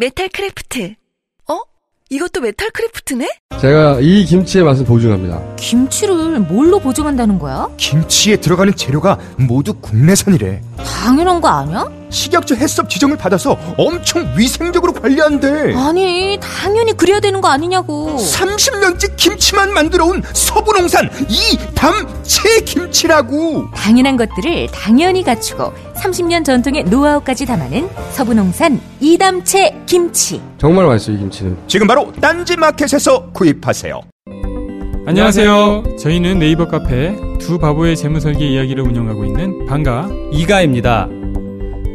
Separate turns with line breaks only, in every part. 메탈 크래프트 어? 이것도 메탈 크래프트네?
제가 이 김치의 맛을 보증합니다.
김치를 뭘로 보증한다는 거야?
김치에 들어가는 재료가 모두 국내산이래.
당연한 거 아니야?
식약처 해썹 지정을 받아서 엄청 위생적으로 관리한대.
아니, 당연히 그래야 되는 거 아니냐고.
30년째 김치만 만들어온 서부농산 이담채 김치라고.
당연한 것들을 당연히 갖추고 30년 전통의 노하우까지 담아낸 서부농산 이담채 김치.
정말 맛있어요, 이 김치는.
지금 바로 딴지마켓에서 구입하세요.
안녕하세요. 저희는 네이버 카페 두 바보의 재무설계 이야기를 운영하고 있는 방가.
이가입니다.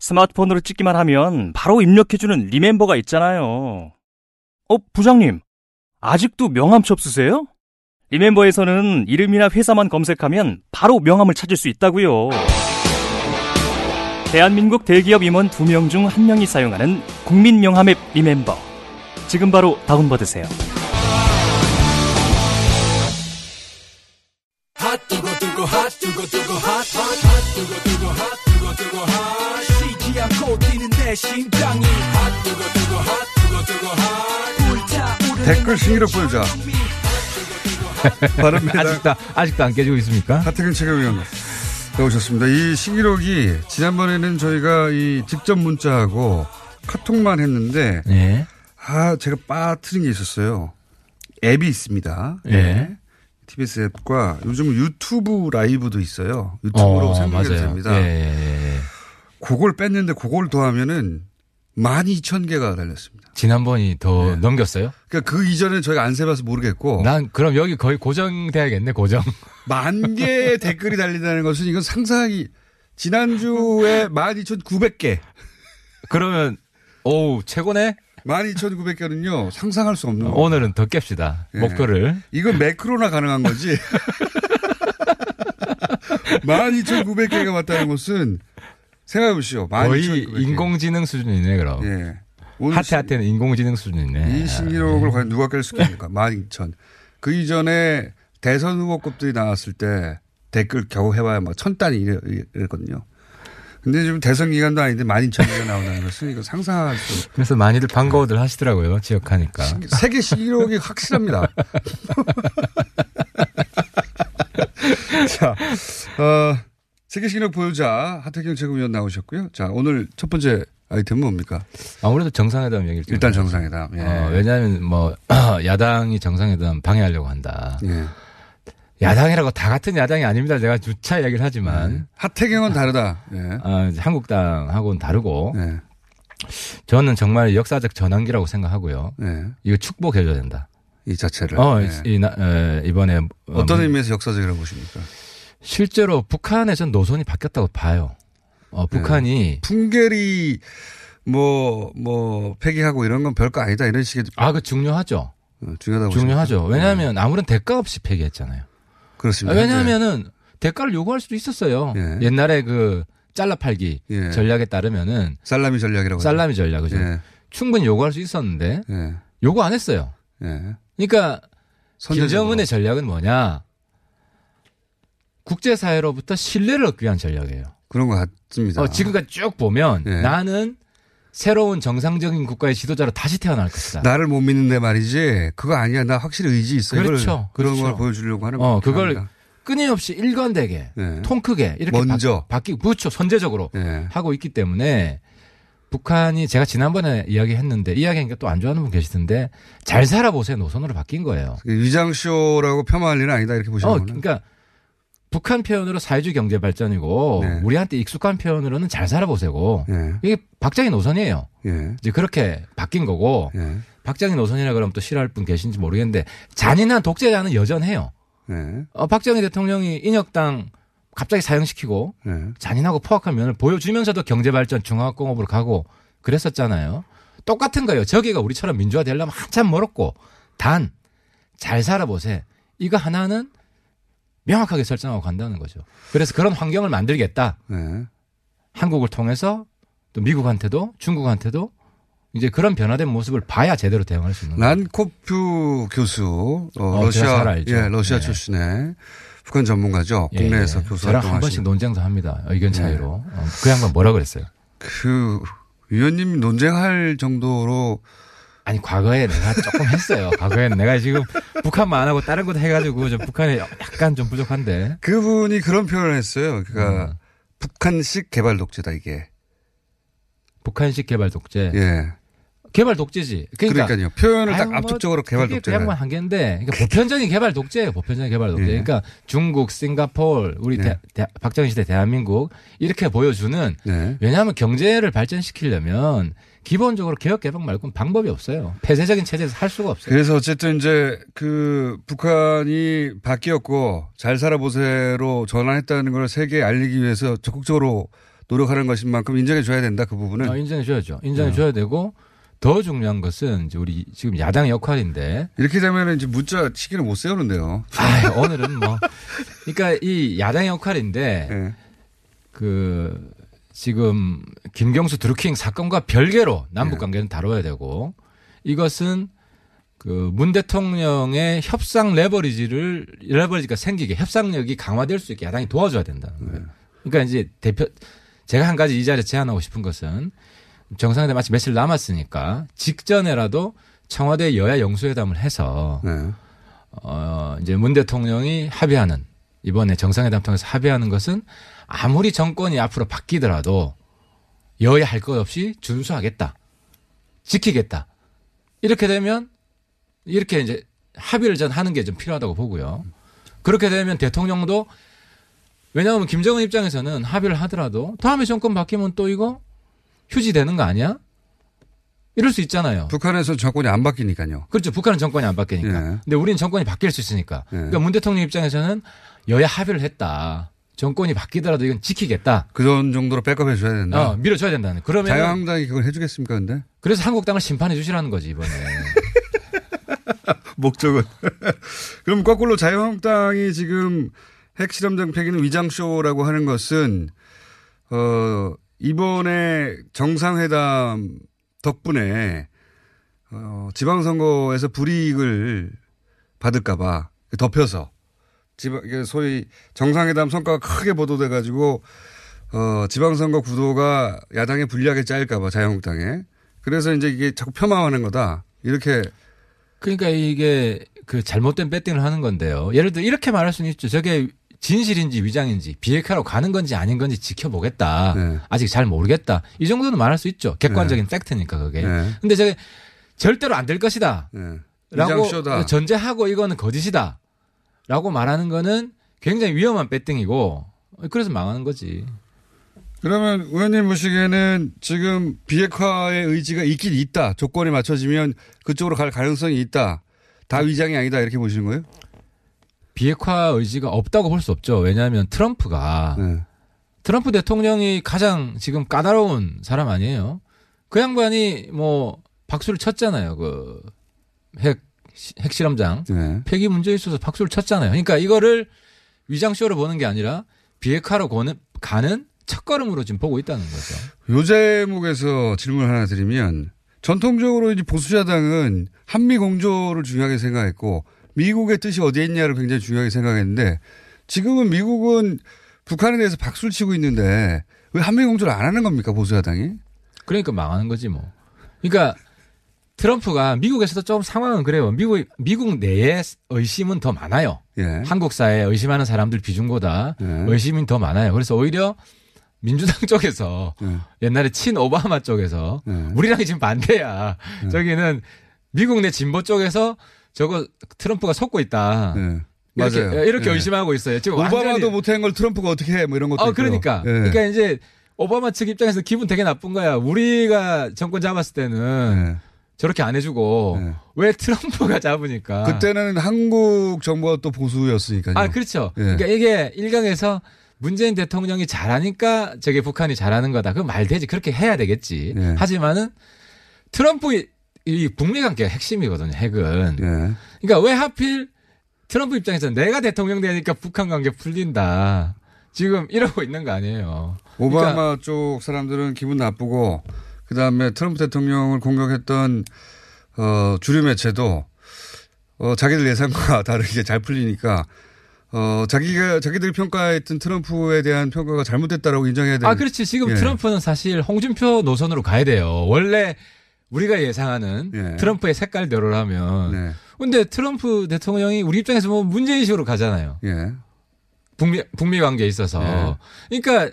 스마트폰으로 찍기만 하면 바로 입력해주는 리멤버가 있잖아요. 어, 부장님, 아직도 명함첩 쓰세요? 리멤버에서는 이름이나 회사만 검색하면 바로 명함을 찾을 수 있다고요. 대한민국 대기업 임원 2명 중 1명이 사용하는 국민 명함 앱 리멤버. 지금 바로 다운받으세요.
댓글신기로 풀자. 바릅니다.
아직도, 아직도 안 깨지고 있습니까?
하태경 최고위원 나오셨습니다. 이 신기록이 지난번에는 저희가 이 직접 문자하고 카톡만 했는데
예.
아 제가 빠뜨린 게 있었어요. 앱이 있습니다. 네.
예.
TBS 앱과 요즘 유튜브 라이브도 있어요. 유튜브로 생중계가 됩니다.
예, 예, 예.
그걸 뺐는데 그걸 더하면은 12,000개가 달렸습니다.
지난번이 더 넘겼어요?
그러니까 그 이전에 저희가 안 세봐서 모르겠고
난 그럼 여기 거의 고정돼야겠네, 고정.
만 개의 댓글이 달린다는 것은 이건 상상이 지난주에 12,900개
그러면, 오우, 최고네?
12,900개는요 상상할 수 없는 거.
오늘은 더 깹시다.
예.
목표를.
이건 매크로나 가능한 거지. 12,900개가 왔다는 것은 생각해 보시오.
거의 인공지능 수준이네, 그럼.
예.
하태하태는 인공지능 수준이네.
이
예.
신기록을 과연 누가 깰 수 있습니까? 12,000. 그 이전에 대선 후보급들이 나왔을 때 댓글 겨우 해봐야 막 천 단위 이래- 이랬거든요. 근데 지금 대선 기간도 아닌데 12,000개가 나온다는 것은 이거 상상할 수
그래서 많이들 반가워들 하시더라고요, 지역하니까.
없- 세계 신기록이 확실합니다. 자, 어, 세계 신기록 보유자 하태경 최고위원 나오셨고요. 자, 오늘 첫 번째 아이템은 뭡니까?
아무래도 정상회담 얘기를 좀
일단 정상회담. 예.
네. 어, 왜냐하면 뭐 야당이 정상회담 방해하려고 한다.
예.
야당이라고 다 같은 야당이 아닙니다. 제가 주차 이야기를 하지만
예. 하태경은 다르다. 예.
어, 이제 한국당하고는 다르고
예.
저는 정말 역사적 전환기라고 생각하고요.
예.
이거 축복해줘야 된다.
이 자체를.
어,
예.
이, 나- 에, 이번에 어,
어떤 의미에서 역사적이라고 보십니까?
실제로 북한의 전 노선이 바뀌었다고 봐요. 어,
예.
북한이
풍계리 뭐, 뭐, 폐기하고 이런 건 별거 아니다. 이런 식의
아 그 중요하죠.
어, 중요하다고. 예.
중요하죠.
보십니까?
왜냐하면 아무런 대가 없이 폐기했잖아요.
예. 그렇습니다.
왜냐하면은 대가를 요구할 수도 있었어요.
예.
옛날에 그 잘라팔기
예.
전략에 따르면은
예. 살라미 전략이라고.
살라미 전략 그죠.
예.
충분히 요구할 수 있었는데
예.
요구 안 했어요.
예.
그러니까
선제적으로.
김정은의 전략은 뭐냐? 국제사회로부터 신뢰를 얻기 위한 전략이에요.
그런 것 같습니다.
어, 지금까지 쭉 보면
아. 예.
나는 새로운 정상적인 국가의 지도자로 다시 태어날 것이다.
나를 못 믿는데 말이지. 그거 아니야. 나 확실히 의지 있어. 이걸
그렇죠.
그런
그렇죠.
걸 보여주려고 하는
어, 그걸
겁니다.
끊임없이 일관되게
예.
통크게 이렇게
먼저.
바, 바뀌고 그렇죠. 선제적으로
예.
하고 있기 때문에 북한이 제가 지난번에 이야기했는데 이야기하니까 또 안 좋아하는 분 계시던데 잘 살아보세요 노선으로 바뀐 거예요.
그 위장쇼라고 폄하할 일은 아니다 이렇게 보시는
어,
거요
그러니까 북한 표현으로 사회주의 경제 발전이고
네.
우리한테 익숙한 표현으로는 잘 살아보세요고
예,
이게 박정희 노선이에요. 이제 그렇게 바뀐 거고
네. 예,
박정희 노선이라 그러면 또 싫어할 분 계신지 모르겠는데 잔인한 독재자는 여전해요.
예,
어, 박정희 대통령이 인혁당 갑자기 사형시키고
예,
잔인하고 포악한 면을 보여주면서도 경제발전 중화공업으로 가고 그랬었잖아요. 똑같은 거예요. 저기가 우리처럼 민주화 되려면 한참 멀었고 단 잘 살아보세. 이거 하나는 명확하게 설정하고 간다는 거죠. 그래서 그런 환경을 만들겠다.
예.
한국을 통해서 또 미국한테도 중국한테도 이제 그런 변화된 모습을 봐야 제대로 대응할 수 있는 거예요.
란코프 교수, 어,
어,
러시아,
제가 잘 알죠.
예, 러시아
네.
출신의 북한 전문가죠.
예,
국내에서
예.
교수 네.
저랑 한
활동하시는.
번씩 논쟁도 합니다. 의견 차이로. 어, 그 양반 뭐라 그랬어요?
그 위원님 논쟁할 정도로
아니 과거에 내가 조금 했어요. 과거에는 내가 지금 북한만 안 하고 다른 것도 해가지고 좀 북한에 약간 좀 부족한데.
그분이 그런 표현을 했어요.
음.
그러니까 북한식 개발 독재다 이게.
북한식 개발 독재.
예.
개발 독재지. 그러니까,
그러니까요. 표현을 딱
아유,
압축적으로 개발
그게
독재다.
그 양반 한계인데 그러니까 보편적인 개발 독재예요. 보편적인 개발 독재. 그러니까 중국, 싱가폴, 우리
네.
대- 대- 박정희 시대 대한민국 이렇게 보여주는
네.
왜냐하면 경제를 발전시키려면 기본적으로 개혁 개방 말고는 방법이 없어요. 폐쇄적인 체제에서 할 수가 없어요.
그래서 어쨌든 이제 그 북한이 바뀌었고 잘 살아보세로 전환했다는 걸 세계에 알리기 위해서 적극적으로 노력하는 것인 만큼 인정해 줘야 된다 그 부분은.
어, 인정해 줘야죠. 인정해 줘야 되고 더 중요한 것은 이제 우리 지금 야당의 역할인데
이렇게 되면 이제 문자 치기를 못 세우는데요.
아, 오늘은 뭐 그러니까 이 야당의
네.
역할인데
예.
그 지금 김경수 드루킹 사건과 별개로 남북 관계는 다뤄야 되고 이것은 그 문 대통령의 협상 레버리지를 레버리지가 생기게 협상력이 강화될 수 있게 야당이 도와줘야 된다는 거예요. 그러니까 이제 대표 제가 한 가지 이 자리에 제안하고 싶은 것은 정상회담 마치 며칠 남았으니까 직전에라도 청와대 여야 영수회담을 해서
네.
어 이제 문 대통령이 합의하는 이번에 정상회담 통해서 합의하는 것은 아무리 정권이 앞으로 바뀌더라도 여야 할 것 없이 준수하겠다. 지키겠다. 이렇게 되면 이렇게 이제 합의를 전 하는 게 좀 필요하다고 보고요. 그렇게 되면 대통령도 왜냐하면 김정은 입장에서는 합의를 하더라도 다음에 정권 바뀌면 또 이거 휴지되는 거 아니야? 이럴 수 있잖아요.
북한에서 정권이 안 바뀌니까요.
그렇죠. 북한은 정권이 안 바뀌니까.
예.
근데 우리는 정권이 바뀔 수 있으니까. 그러니까 문 대통령 입장에서는 여야 합의를 했다. 정권이 바뀌더라도 이건 지키겠다.
그런 정도로 백업해 줘야 된다.
어, 밀어줘야 된다는. 그러면
네. 자유한국당이 그걸 해주겠습니까 근데?
그래서 한국당을 심판해 주시라는 거지 이번에.
목적은. 그럼 거꾸로 자유한국당이 지금 핵실험 장패기는 위장쇼라고 하는 것은, 어, 이번에 정상회담 덕분에, 어, 지방선거에서 불이익을 받을까봐 덮여서, 지방, 이게 소위 정상회담 성과가 크게 보도돼가지고, 어, 지방선거 구도가 야당에 불리하게 짜일까봐 자유한국당에. 그래서 이제 이게 자꾸 폄하하는 거다. 이렇게
그러니까 이게 그 잘못된 배팅을 하는 건데요. 예를 들어 이렇게 말할 수는 있죠. 저게 진실인지 위장인지 비핵화로 가는 건지 아닌 건지 지켜보겠다.
네.
아직 잘 모르겠다. 이 정도는 말할 수 있죠. 객관적인 팩트니까 그게.
네.
근데 저게 절대로 안 될 것이다. 라고
예. 위장쇼다.
전제하고 이거는 거짓이다. 라고 말하는 거는 굉장히 위험한 배팅이고 그래서 망하는 거지.
그러면 의원님 보시기에는 지금 비핵화의 의지가 있긴 있다. 조건이 맞춰지면 그쪽으로 갈 가능성이 있다. 다 위장이 아니다. 이렇게 보시는 거예요?
비핵화 의지가 없다고 볼 수 없죠. 왜냐하면
아.
트럼프가
네.
트럼프 대통령이 가장 지금 까다로운 사람 아니에요. 그 양반이 뭐 박수를 쳤잖아요. 그 핵, 핵실험장
네.
폐기 문제에 있어서 박수를 쳤잖아요. 그러니까 이거를 위장쇼로 보는 게 아니라 비핵화로 고는- 가는 첫걸음으로 지금 보고 있다는 거죠.
요 제목에서 질문을 하나 드리면 전통적으로 이제 보수자당은 한미 공조를 중요하게 생각했고 미국의 뜻이 어디에 있냐를 굉장히 중요하게 생각했는데 지금은 미국은 북한에 대해서 박수를 치고 있는데 왜 한미 공조를 안 하는 겁니까 보수야당이?
그러니까 망하는 거지 뭐. 그러니까 트럼프가 미국에서도 조금 상황은 그래요. 미국 미국 내에 의심은 더
예. 네.
많아요. 한국 사회 의심하는 사람들 비중보다 의심이 더 많아요. 그래서 오히려 민주당 쪽에서
네.
옛날에 친 오바마 쪽에서 우리랑 지금 반대야.
네.
저기는 미국 내 진보 쪽에서 저거 트럼프가 속고 있다. 아. 이렇게,
네. 예. 맞아요.
이렇게
예.
의심하고 있어요. 지금
오바마도
완전히-
못한 걸 트럼프가 어떻게 해? 뭐 이런 것도.
어,
있고요.
그러니까.
예.
그러니까 이제 오바마 측 입장에서 기분 되게 나쁜 거야. 우리가 정권 잡았을
예.
때는 저렇게 안 해주고 왜 트럼프가 잡으니까.
그때는 한국 정부가 또 보수였으니까요.
아, 그렇죠.
예.
그러니까 이게 일각에서 문재인 대통령이 잘하니까 저게 북한이 잘하는 거다. 그 말 되지. 그렇게 해야 되겠지.
예.
하지만은 트럼프 이- 이 북미 관계가 핵심이거든요. 핵은.
예.
그러니까 왜 하필 트럼프 입장에서 내가 대통령 되니까 북한 관계 풀린다. 지금 이러고 있는 거 아니에요.
오바마
그러니까
쪽 사람들은 기분 나쁘고 그다음에 트럼프 대통령을 공격했던 어, 주류 매체도 어, 자기들 예상과 다르게 잘 풀리니까 어, 자기가 자기들이 평가했던 트럼프에 대한 평가가 잘못됐다라고 인정해야 되는
아, 그렇지. 지금
예.
트럼프는 사실 홍준표 노선으로 가야 돼요. 원래 우리가 예상하는 트럼프의 색깔대로라면.
네.
근데 트럼프 대통령이 우리 입장에서 보면 문재인식으로 가잖아요.
예.
북미, 북미 관계에 있어서. 그러니까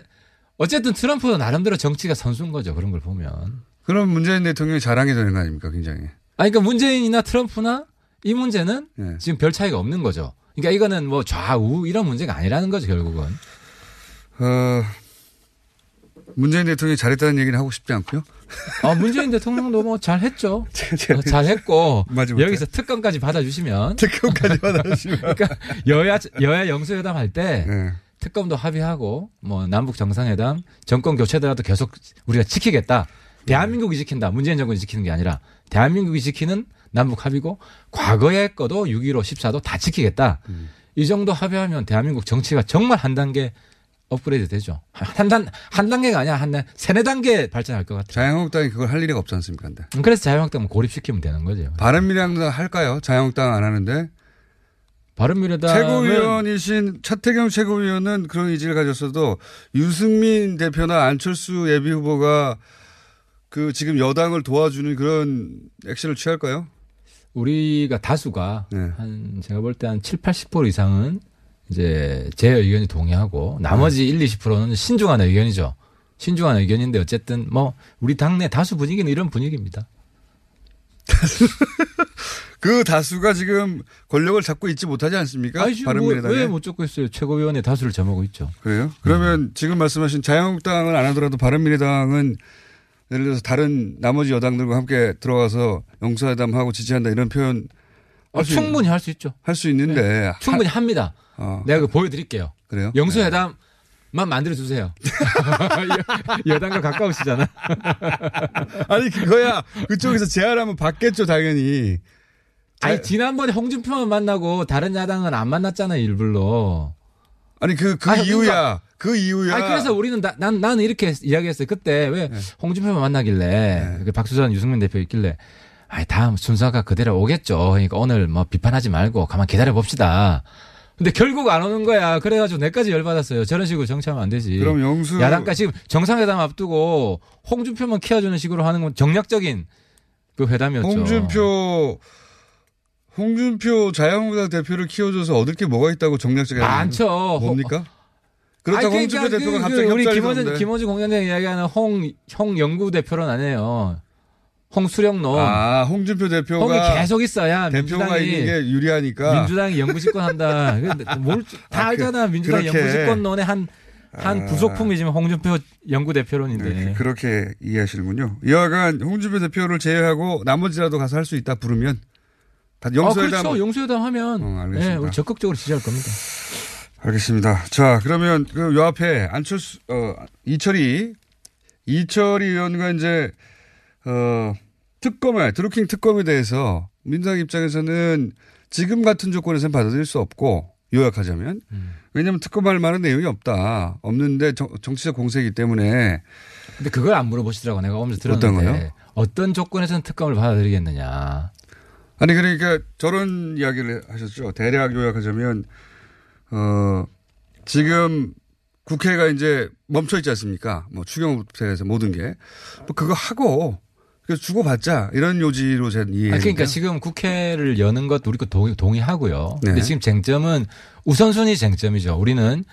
어쨌든 트럼프는 나름대로 정치가 선수인 거죠. 그런 걸 보면.
그럼 문재인 대통령이 자랑이 되는 거 아닙니까, 굉장히.
아, 그러니까 문재인이나 트럼프나 이 문제는
예.
지금 별 차이가 없는 거죠. 그러니까 이거는 뭐 좌우 이런 문제가 아니라는 거죠. 결국은.
어, 문재인 대통령이 잘했다는 얘기는 하고 싶지 않고요.
아, 문재인 대통령도 뭐 잘했죠. 어, 잘했고 여기서 특검까지 받아주시면
특검까지 받아주시면
그러니까 여야 여야 영수회담 할 때
네. 예,
특검도 합의하고 뭐 남북 정상회담 정권 교체더라도 계속 우리가 지키겠다
네.
대한민국이 지킨다 문재인 정권이 지키는 게 아니라 대한민국이 지키는 남북 합의고 과거의 거도 6.15 14도 다 지키겠다
음.
이 정도 합의하면 대한민국 정치가 정말 한 단계 업그레이드 되죠 한 단 한 단계가 아니야 한 단, 세네 단계 발전할 것 같아요
자유한국당이 그걸 할 일이가 없지 않습니까, 근데.
그래서 자유한국당은 고립시키면 되는 거죠
바른미래당도 할까요? 자유한국당 안 하는데.
바른미래당은-
최고위원이신 차태경 최고위원은 그런 의지를 가졌어도 유승민 대표나 안철수 예비 후보가 그 지금 여당을 도와주는 그런 액션을 취할까요?
우리가 다수가
네.
한 제가 볼 때 한 7, 80% 이상은 이제 제 의견이 동의하고 나머지 1, 20%는 신중한 의견이죠. 신중한 의견인데 어쨌든 뭐 우리 당내 다수 분위기는 이런 분위기입니다.
그 다수가 지금 권력을 잡고 있지 못하지 않습니까?
아니, 지금 뭐,
그러니까 바른미래당에.
왜못 쫓고 있어요? 최고위원의 다수를 점하고 있죠.
그래요? 그러면
음.
지금 말씀하신 자유한국당은 안 하더라도 바른미래당은 예를 들어서 다른 나머지 여당들과 함께 들어가서 용서회담하고 지지한다 이런 표현
아, 충분히 할 수 있죠.
할 수 있는데 하- 네.
충분히 합니다.
어.
내가 그 네. 보여드릴게요.
그래요?
영수회담만 만들어 주세요. 여당과 가까우시잖아.
아니 그거야 그쪽에서 제안하면 받겠죠 당연히. 네.
아니 지난번에 홍준표만 만나고 다른 야당은 안 만났잖아요 일부러.
아니 그 그 이유야. 그 이유야. 네.
아니 그래서 우리는 나- 난 나는 이렇게 이야기했어요. 그때 왜 홍준표만 만나길래 그 박수전 유승민 대표 있길래 아이 다음 순서가 그대로 오겠죠. 그러니까 오늘 뭐 비판하지 말고 가만 기다려 봅시다. 근데 결국 안 오는 거야. 그래가지고 내까지 열받았어요. 저런 식으로 정치하면 안 되지.
그럼 영수-
야당까지 지금 정상회담 앞두고 홍준표만 키워주는 식으로 하는 건 정략적인 그 회담이었죠.
홍준표 홍준표 자유한국당 대표를 키워줘서 얻을 게 뭐가 있다고 정략적인
많죠.
뭡니까? 그렇다고
어, 아니,
홍준표
그러니까
대표가
그-
갑자기
그 우리
협조하려고
김어준
하는데.
김어준 공장장 이야기하는 홍홍 연구 대표는 아니에요. 홍수령론.
아 홍준표 대표가
홍이 계속 있어야
대표가
민주당이-
있는 게 유리하니까
민주당이 연구집권한다. 근데 뭘- 다
아, 그-
알잖아. 민주당
그렇게.
연구집권론의 한, 한
아. 네,
부속품이 지금 홍준표 연구대표론인데.
그렇게 이해하시는군요. 여하간 홍준표 대표를 제외하고 나머지라도 가서 할 수 있다 부르면 다
아,
영수회담
그렇죠. 용수회담 하면.
어, 뭐- 알겠습니다.
예, 우리 적극적으로 지지할 겁니다.
알겠습니다. 자, 그러면 그 요 앞에 안철수 어 이철이 이철이 의원과 이제 어 특검에 드루킹 특검에 대해서 민당 입장에서는 지금 같은 조건에서는 받아들일 수 없고 요약하자면 왜냐하면 특검할 만한 내용이 없다 없는데 정, 정치적 공세이기 때문에
근데 그걸 안 물어보시더라고. 내가 오면서 들었는데.
어떤 거요?
어떤 조건에서는 특검을 받아들이겠느냐.
아니 그러니까 저런 이야기를 하셨죠. 대략 요약하자면 어 지금 국회가 이제 멈춰 있지 않습니까? 뭐 추경부터 해서 모든 게 뭐 그거 하고 그래서 주고받자 이런 요지로 제가 이해.
아, 그러니까 지금 국회를 여는 것도 우리 거 동의, 동의하고요.
네.
근데 지금 쟁점은 우선순위 쟁점이죠. 우리는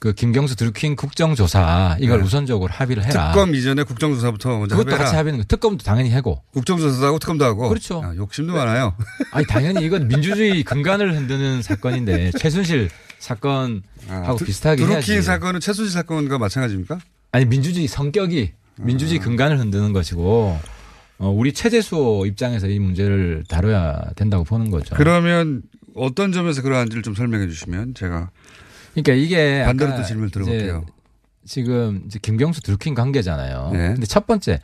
그 김경수 드루킹 국정조사 이걸
네.
우선적으로 합의를 해라.
특검 이전에 국정조사부터 먼저
그것도
합의해라.
같이 합의는 거. 특검도 당연히 하고.
국정조사도 하고 특검도 하고.
그렇죠.
아, 욕심도 많아요.
아니 당연히 이건 민주주의 근간을 흔드는 사건인데 최순실 네. 사건하고
드-
비슷하게
드루킹
해야지.
사건은 최순실 사건과 마찬가지입니까?
아니 민주주의 성격이 민주주의 근간을 흔드는 것이고 어, 우리 최재수 입장에서 이 문제를 다뤄야 된다고 보는 거죠.
그러면 어떤 점에서 그러한지를 좀 설명해 주시면 제가
그러니까 이게
반대로
아까
또 질문
이제
들어볼게요.
지금 이제 김경수 드루킹 관계잖아요.
네.
근데 첫 번째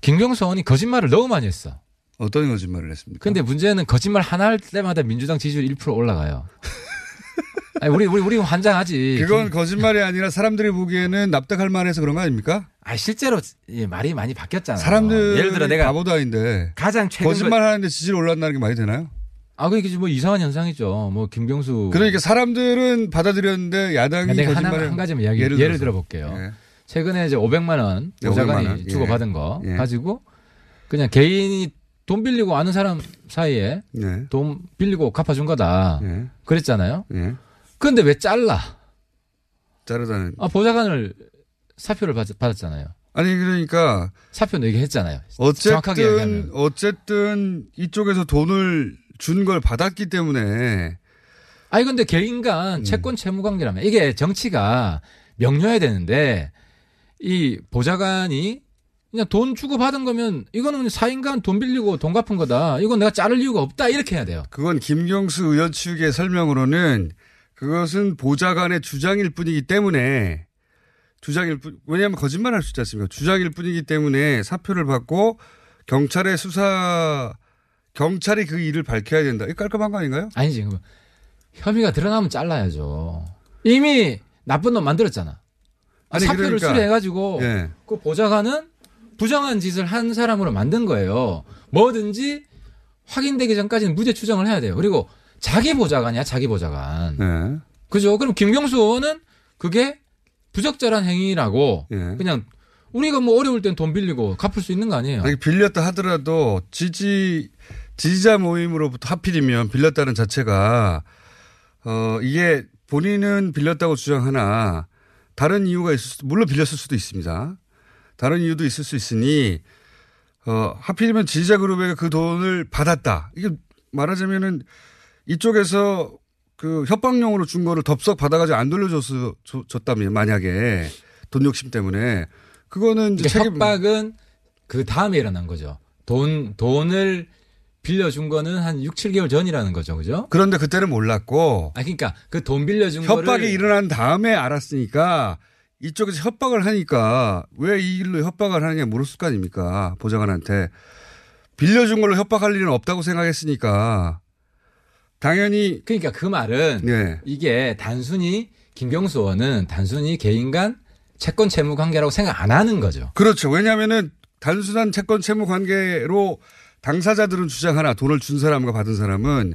김경수 의원이 거짓말을 너무 많이 했어.
어떤 거짓말을 했습니까?
근데 문제는 거짓말 하나 할 때마다 민주당 지지율 1% 올라가요. 아니, 우리 우리 우리 환장하지.
그건
예.
거짓말이 아니라 사람들이 보기에는 납득할 만해서 그런 거 아닙니까?
아 실제로 예, 말이 많이 바뀌었잖아요.
사람들
예를 들어 내가
바보도 아닌데
가장 최근
거짓말
거-
하는데 지지율 올랐다는 게 말이 되나요?
아 그게 뭐 이상한 현상이죠. 뭐 김경수
그러니까 사람들은 받아들였는데 야당이
내가 하나
거짓말을
한 가지만 이야기 예를, 들어 볼게요. 최근에 이제 500만 원
네, 500만
보좌관이
원.
주고 받은
예.
거
예.
가지고 그냥 개인이 돈 빌리고 아는 사람 사이에
예.
돈 빌리고 갚아준 거다.
예.
그랬잖아요.
예.
그런데 왜 잘라?
자르다는
아, 보좌관을 사표를 받, 았잖아요
아니 그러니까
사표 내게 했잖아요. 정확하게
어쨌든
얘기하면.
어쨌든 이쪽에서 돈을 준 걸 받았기 때문에
아니 근데
음.
개인간 채권 채무 관계라면 이게 정치가 명료해야 되는데 이 보좌관이 그냥 돈 주고 받은 거면 이거는 사인간 돈 빌리고 돈 갚은 거다. 이건 내가 자를 이유가 없다. 이렇게 해야 돼요.
그건 김경수 의원 측의 설명으로는 그것은 보좌관의 주장일 뿐이기 때문에 주장일 뿐 왜냐하면 거짓말할 수 있지 않습니까? 주장일 뿐이기 때문에 사표를 받고 경찰의 수사 경찰이 그 일을 밝혀야 된다. 이 깔끔한 거 아닌가요?
아니지. 그럼 혐의가 드러나면 잘라야죠. 이미 나쁜 놈 만들었잖아.
아니,
사표를
그러니까.
수리해가지고
예.
그 보좌관은 부정한 짓을 한 사람으로 만든 거예요. 뭐든지 확인되기 전까지는 무죄 추정을 해야 돼요. 그리고 자기 보좌관이야, 자기 보좌관.
예.
그죠? 그럼 김경수 의원은 그게 부적절한 행위라고
예.
그냥 우리가 뭐 어려울 땐 돈 빌리고 갚을 수 있는 거 아니에요.
아니, 빌렸다 하더라도 지지 지지자 모임으로부터 하필이면 빌렸다는 자체가 어 이게 본인은 빌렸다고 주장하나 다른 이유가 있을 수도 물론 빌렸을 수도 있습니다. 다른 이유도 있을 수 있으니 어 하필이면 지지자 그룹에게 그 돈을 받았다. 이게 말하자면은 이쪽에서 그 협박용으로 준 거를 덥석 받아가지고 안 돌려줬다면 만약에 돈 욕심 때문에 그거는 이제
그러니까
책임
협박은 그 다음에 일어난 거죠. 돈 돈을 빌려준 거는 한 6, 7개월 전이라는 거죠. 그죠?
그런데 그때는 몰랐고
아 그러니까 그 돈 빌려준
협박이
거를
일어난 다음에 알았으니까 이쪽에서 협박을 하니까 왜 이 일로 협박을 하느냐 물었을 거 아닙니까 보좌관한테 빌려준 걸로 협박할 일은 없다고 생각했으니까 당연히
그러니까 그 말은
네.
이게 단순히 김경수 의원은 단순히 개인 간 채권 채무 관계라고 생각 안 하는 거죠.
그렇죠 왜냐하면은 단순한 채권 채무 관계로 당사자들은 주장하나 돈을 준 사람과 받은 사람은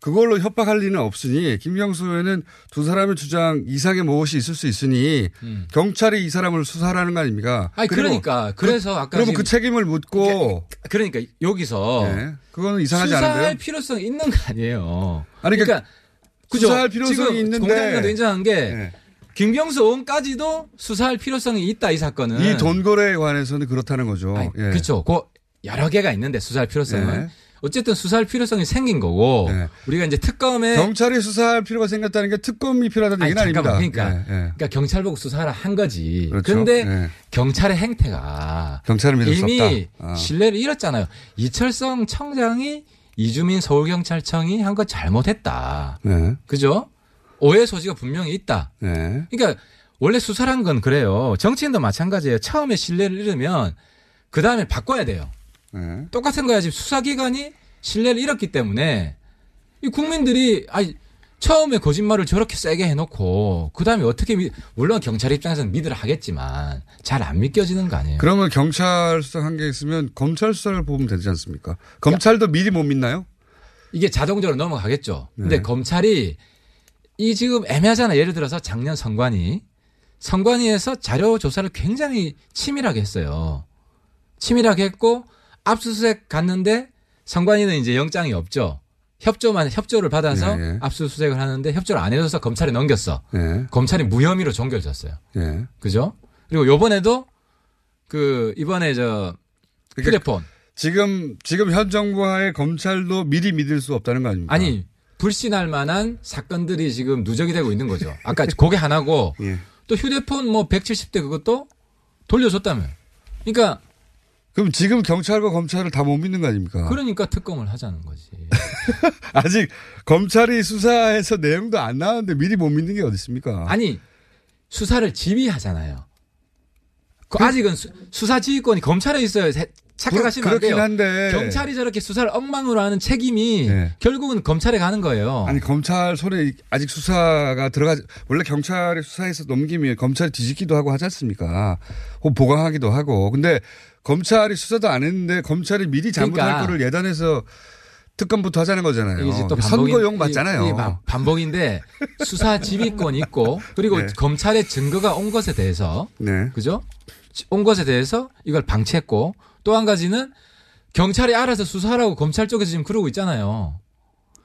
그걸로 협박할 리는 없으니 김경수 의원은 두 사람의 주장 이상의 무엇이 있을 수 있으니
음.
경찰이 이 사람을 수사하라는 거 아닙니까?
아니
그리고
그러니까 그래서 아까
그러면 그
지금
책임을 묻고
그러니까 여기서
예. 그건 이상하지
수사할
않은데요?
필요성 이 있는 거 아니에요.
아니, 그러니까
그죠?
수사할 필요성이
지금
있는데.
공장장도 인정한 게
예.
김경수 의원까지도 수사할 필요성이 있다 이 사건은.
이 돈거래에 관해서는 그렇다는 거죠.
네. 아니,
예.
그렇죠. 그 여러 개가 있는데 수사할 필요성은
예.
어쨌든 수사할 필요성이 생긴 거고
예.
우리가 이제 특검에
경찰이 수사할 필요가 생겼다는 게 특검이 필요하다는
아니,
얘기는 아닙니다.
잠깐만 그러니까
예, 예.
그러니까 경찰 보고 수사하라 한 거지.
그렇죠.
근데
예.
경찰의 행태가
경찰을 믿을 수
이미
없다. 아.
신뢰를 잃었잖아요. 이철성 청장이 이주민 서울경찰청이 한 거 잘못했다.
예.
그죠? 오해 소지가 분명히 있다.
예.
그러니까 원래 수사란 건 그래요. 정치인도 마찬가지예요. 처음에 신뢰를 잃으면 그 다음에 바꿔야 돼요.
예.
똑같은 거야. 지금 수사기관이 신뢰를 잃었기 때문에 이 국민들이 아니 처음에 거짓말을 저렇게 세게 해놓고 그 다음에 어떻게 믿, 물론 경찰 입장에서는 믿으라 하겠지만 잘 안 믿겨지는 거 아니에요?
그러면 경찰 수사 한 게 있으면 검찰 수사를 보면 되지 않습니까? 검찰도 미리 못 믿나요?
이게 자동적으로 넘어가겠죠. 근데
네.
검찰이 이 지금 애매하잖아. 예를 들어서 작년 선관위 선관위에서 자료 조사를 굉장히 치밀하게 했어요. 치밀하게 했고 압수수색 갔는데 선관위는 이제 영장이 없죠. 협조만 협조를 받아서
예, 예.
압수수색을 하는데 협조를 안 해줘서 검찰에 넘겼어.
예.
검찰이 무혐의로 종결졌어요.
예.
그죠? 그리고 요번에도 그 이번에 저 휴대폰
지금 지금 현 정부와의 검찰도 미리 믿을 수 없다는 거 아닙니까?
아니 불신할 만한 사건들이 지금 누적이 되고 있는 거죠. 아까 그게 하나고
예.
또 휴대폰 뭐 170대 그것도 돌려줬다며. 그러니까
그럼 지금 경찰과 검찰을 다 못 믿는 거 아닙니까?
그러니까 특검을 하자는 거지.
아직 검찰이 수사해서 내용도 안 나왔는데 미리 못 믿는 게 어디 있습니까?
아니 수사를 지휘하잖아요. 그 아직은 수, 사 지휘권이 검찰에 있어요. 해- 착각하시면
그렇- 그렇긴
안 돼요.
한데.
경찰이 저렇게 수사를 엉망으로 하는 책임이
예.
결국은 검찰에 가는 거예요.
아니 검찰 손에 이- 아직 수사가 들어가지 원래 경찰이 수사해서 넘기면 검찰이 뒤집기도 하고 하지 않습니까? 혹 보강하기도 하고 근데 검찰이 수사도 안 했는데 검찰이 미리 잘못할
그러니까.
거를 예단해서 특검부터 하자는 거잖아요.
이게 이제 또 반복인-
선거용
이- 이
맞잖아요.
바- 반복인데 수사 지휘권 이 있고 그리고
네.
검찰의 증거가 온 것에 대해서
네.
그죠? 온 것에 대해서 이걸 방치했고 또 한 가지는 경찰이 알아서 수사하라고 검찰 쪽에서 지금 그러고 있잖아요.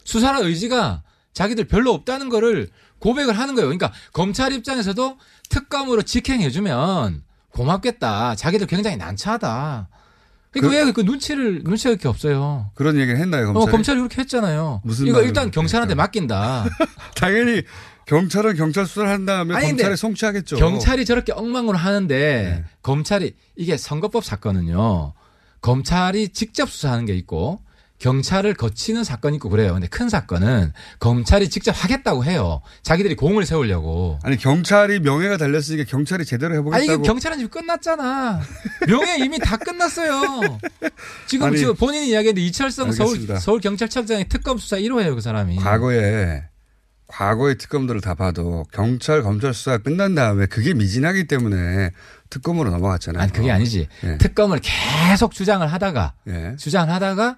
수사할 의지가 자기들 별로 없다는 거를 고백을 하는 거예요. 그러니까 검찰 입장에서도 특검으로 직행해주면 고맙겠다. 자기들 굉장히 난처하다. 그러니까 왜 그 눈치를 눈치가 이렇게 없어요.
그런 얘기 했나요
검찰이?
검찰이?
어, 검찰이 그렇게 했잖아요.
무슨
이거
말을
일단
그렇게
경찰한테 맡긴다.
당연히 경찰은 경찰 수사를 한 다음에
아니, 근데
검찰에 송치하겠죠. 네.
경찰이 저렇게 엉망으로 하는데 검찰이 이게 선거법 사건은요. 검찰이 직접 수사하는 게 있고 경찰을 거치는 사건이 있고 그래요. 근데 큰 사건은 검찰이 직접 하겠다고 해요. 자기들이 공을 세우려고.
아니 경찰이 명예가 달렸으니까 경찰이 제대로
아니
해보겠다고.
이게 경찰은 지금 끝났잖아. 명예 이미 다 끝났어요. 지금
아니,
지금 본인이 이야기했는데 이철성 서울
알겠습니다.
서울 경찰청장의 특검 수사 1호예요 그 사람이.
과거에 과거의 특검들을 다 봐도 경찰 검찰 수사 끝난 다음에 그게 미진하기 때문에 특검으로 넘어갔잖아요.
아니 그게 아니지.
예.
특검을 계속 주장을 하다가
예.
주장을 하다가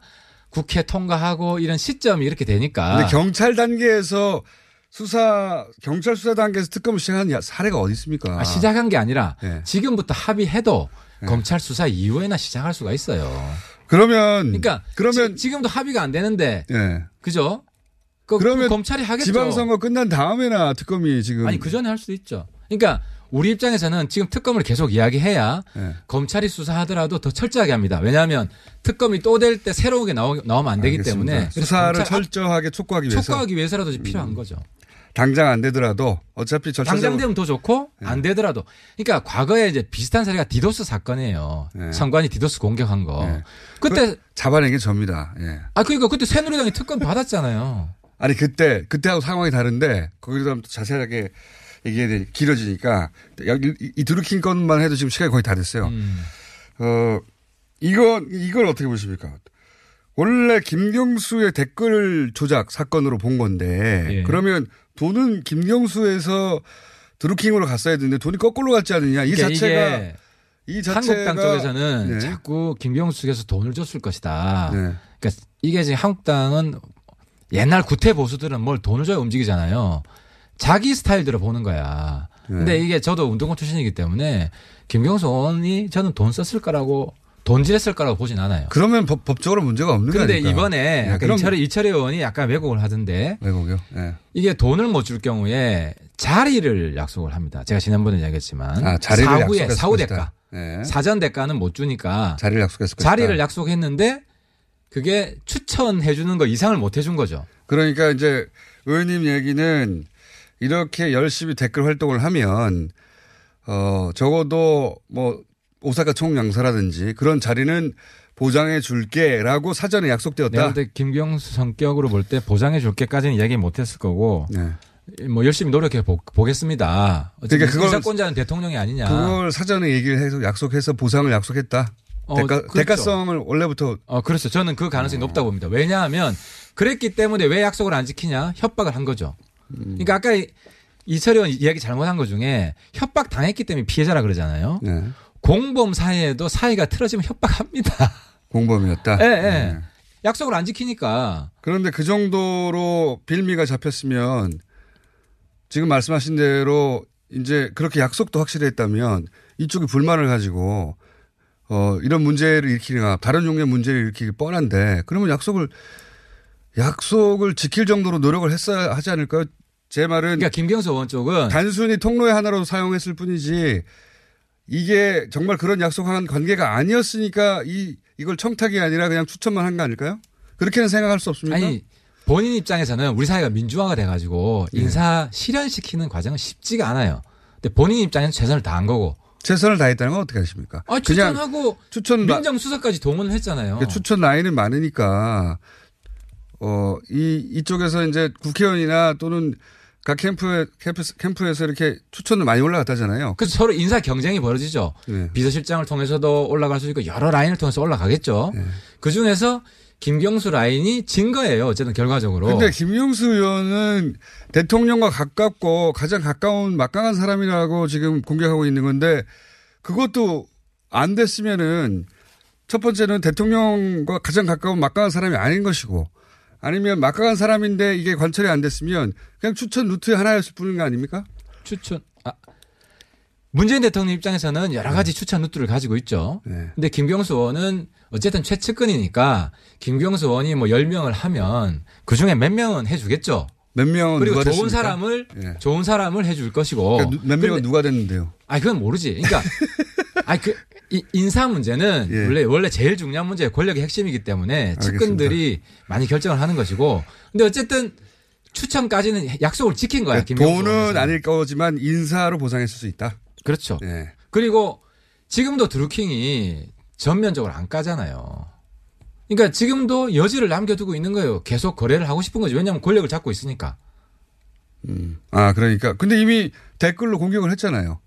국회 통과하고 이런 시점이 이렇게 되니까.
근데 경찰 단계에서 수사 경찰 수사 단계에서 특검을 시작한 야- 사례가 어디 있습니까?
아, 시작한 게 아니라
예.
지금부터 합의해도 검찰 수사 이후에나 시작할 수가 있어요.
그러면
그러니까
음. 그러면
지, 금도 합의가 안 되는데
예.
그죠? 그,
그러면
그 검찰이 하겠죠.
지방선거 끝난 다음에나 특검이 지금
아니 그 전에 할 수도 있죠. 그러니까 우리 입장에서는 지금 특검을 계속 이야기해야
예.
검찰이 수사하더라도 더 철저하게 합니다. 왜냐하면 특검이 또 될 때 새로운 게 나오, 나오면 안 되기
알겠습니다.
때문에 그래서
수사를
검찰- 아,
철저하게 촉구하기 위해서 음.
촉구하기 위해서라도 필요한 거죠.
당장 안 되더라도 어차피
당장
절차적으로
되면 더 좋고
네.
안 되더라도 그러니까 과거에 이제 비슷한 사례가 디도스 사건이에요.
예.
선관위 디도스 공격한 거. 그때
그 잡아낸 게 접니다. 예.
아 그러니까 그때 새누리당이 특권 받았잖아요.
아니 그때 그때하고 상황이 다른데 거기서 좀 자세하게 얘기해야 되 길어지니까 여기 이- 이 드루킹 건만 해도 지금 시간이 거의 다 됐어요.
음.
어 이건 이걸 어떻게 보십니까? 원래 김경수의 댓글 조작 사건으로 본 건데
예.
그러면 돈은 김경수에서 드루킹으로 갔어야 되는데 돈이 거꾸로 갔지 않느냐 이
그러니까
자체가
이게
이
한국당
자체가-
쪽에서는
네.
자꾸 김경수 측에서 돈을 줬을 것이다.
네.
그러니까 이게 지금 한국당은 옛날 구태 보수들은 뭘 돈을 줘야 움직이잖아요. 자기 스타일대로 보는 거야.
네.
근데 이게 저도 운동권 출신이기 때문에 김경수 의원이 저는 돈 썼을 거라고 돈질했을 거라고 보진 않아요.
그러면 법, 법적으로 문제가 없는 거아닙
근데
니까 네,
이번에 아까 이철, 이철의 의원이 약간 왜곡을 하던데
외국이요. 예.
이게 돈을 못 줄 경우에 자리를 약속을 합니다. 제가 지난번에 이야기했지만
아, 자리를
사후에
약속했을
사후
것이다.
대가
예.
사전 대가는 못 주니까
자리를 약속했을 것이다.
자리를 약속했는데 그게 추천해 주는 거 이상을 못 해 준 거죠.
그러니까 이제 의원님 얘기는 이렇게 열심히 댓글 활동을 하면 어 적어도 뭐 오사카 총양사라든지 그런 자리는 보장해 줄게라고 사전에
내가
약속되었다.
볼 때 김경수 성격으로 볼 때 보장해 줄 게까지는 이야기 못 했을 거고
네.
뭐 열심히 노력해 보, 겠습니다
그러니까
어쨌든
그걸-
인사권자는 대통령이 아니냐.
그걸 사전에 얘기를 해서 약속해서 보상을 약속했다.
어,
대가,
그렇죠.
대가성을 원래부터
어, 그렇죠. 저는 그 가능성이 높다고 봅니다. 왜냐하면 그랬기 때문에 왜 약속을 안 지키냐? 협박을 한 거죠.
음.
그러니까 아까 이- 이철이 의원 이야기 잘못한 것 중에 협박 당했기 때문에 피해자라 그러잖아요.
네.
공범 사이에도 사이가 틀어지면 협박합니다.
공범이었다. 네.
예, 예. 약속을 안 지키니까.
그런데 그 정도로 빌미가 잡혔으면 지금 말씀하신 대로 이제 그렇게 약속도 확실히 했다면 이쪽이 불만을 가지고 어, 이런 문제를 일으키거나 다른 종류의 문제를 일으키기 뻔한데 그러면 약속을 약속을 지킬 정도로 노력을 했어야 하지 않을까요? 제 말은
그러니까 김경수 의원 쪽은
단순히 통로의 하나로 사용했을 뿐이지 이게 정말 그런 약속한 관계가 아니었으니까 이 이걸 청탁이 아니라 그냥 추천만 한 거 아닐까요? 그렇게는 생각할 수 없습니까?
아니 본인 입장에서는 우리 사회가 민주화가 돼가지고
네.
인사 실현시키는 과정은 쉽지가 않아요. 근데 본인 입장에서 최선을 다한 거고.
최선을 다했다는 건 어떻게 하십니까?
아, 추천하고
추천 라-
민정수석까지 동원을 했잖아요.
그러니까 추천 라인은 많으니까 어이 이쪽에서 이제 국회의원이나 또는 각 캠프에 캠프, 캠프에서 이렇게 추천을 많이 올라갔다잖아요.
그래서 서로 인사 경쟁이 벌어지죠.
네.
비서실장을 통해서도 올라갈 수 있고 여러 라인을 통해서 올라가겠죠.
네.
그 중에서 김경수 라인이 진 거예요. 어쨌든 결과적으로.
근데 김용수 의원은 대통령과 가깝고 가장 가까운 막강한 사람이라고 지금 공격하고 있는 건데 그것도 안 됐으면은 첫 번째는 대통령과 가장 가까운 막강한 사람이 아닌 것이고 아니면 막강한 사람인데 이게 관철이 안 됐으면 그냥 추천 루트의 하나였을 뿐인 거 아닙니까?
추천 아 문재인 대통령 입장에서는 여러 가지
네.
추천 루트를 가지고 있죠. 근데 김경수 의원은 어쨌든 최측근이니까 김경수 의원이 뭐 10명을 하면 그 중에 몇 명은 해주겠죠.
몇 명은
그리고
누가
좋은
됐습니까?
사람을
예.
좋은 사람을 해줄 것이고
그러니까 누- 몇 명은
근데-
누가 됐는데요?
아니 그건 모르지. 그러니까 아니 그 이- 인사 문제는 원래 원래 제일 중요한 문제 권력의 핵심이기 때문에 측근들이 많이 결정을 하는 것이고 근데 어쨌든 추천까지는 약속을 지킨 거야.
그러니까
김경수
돈은
의원에서는.
아닐 거지만 인사로 보상했을 수 있다.
그렇죠.
예.
그리고 지금도 드루킹이 전면적으로 안 까잖아요. 그러니까 지금도 여지를 남겨두고 있는 거예요. 계속 거래를 하고 싶은 거죠. 왜냐하면 권력을 잡고 있으니까.
아 그러니까 근데 이미 댓글로 공격을 했잖아요.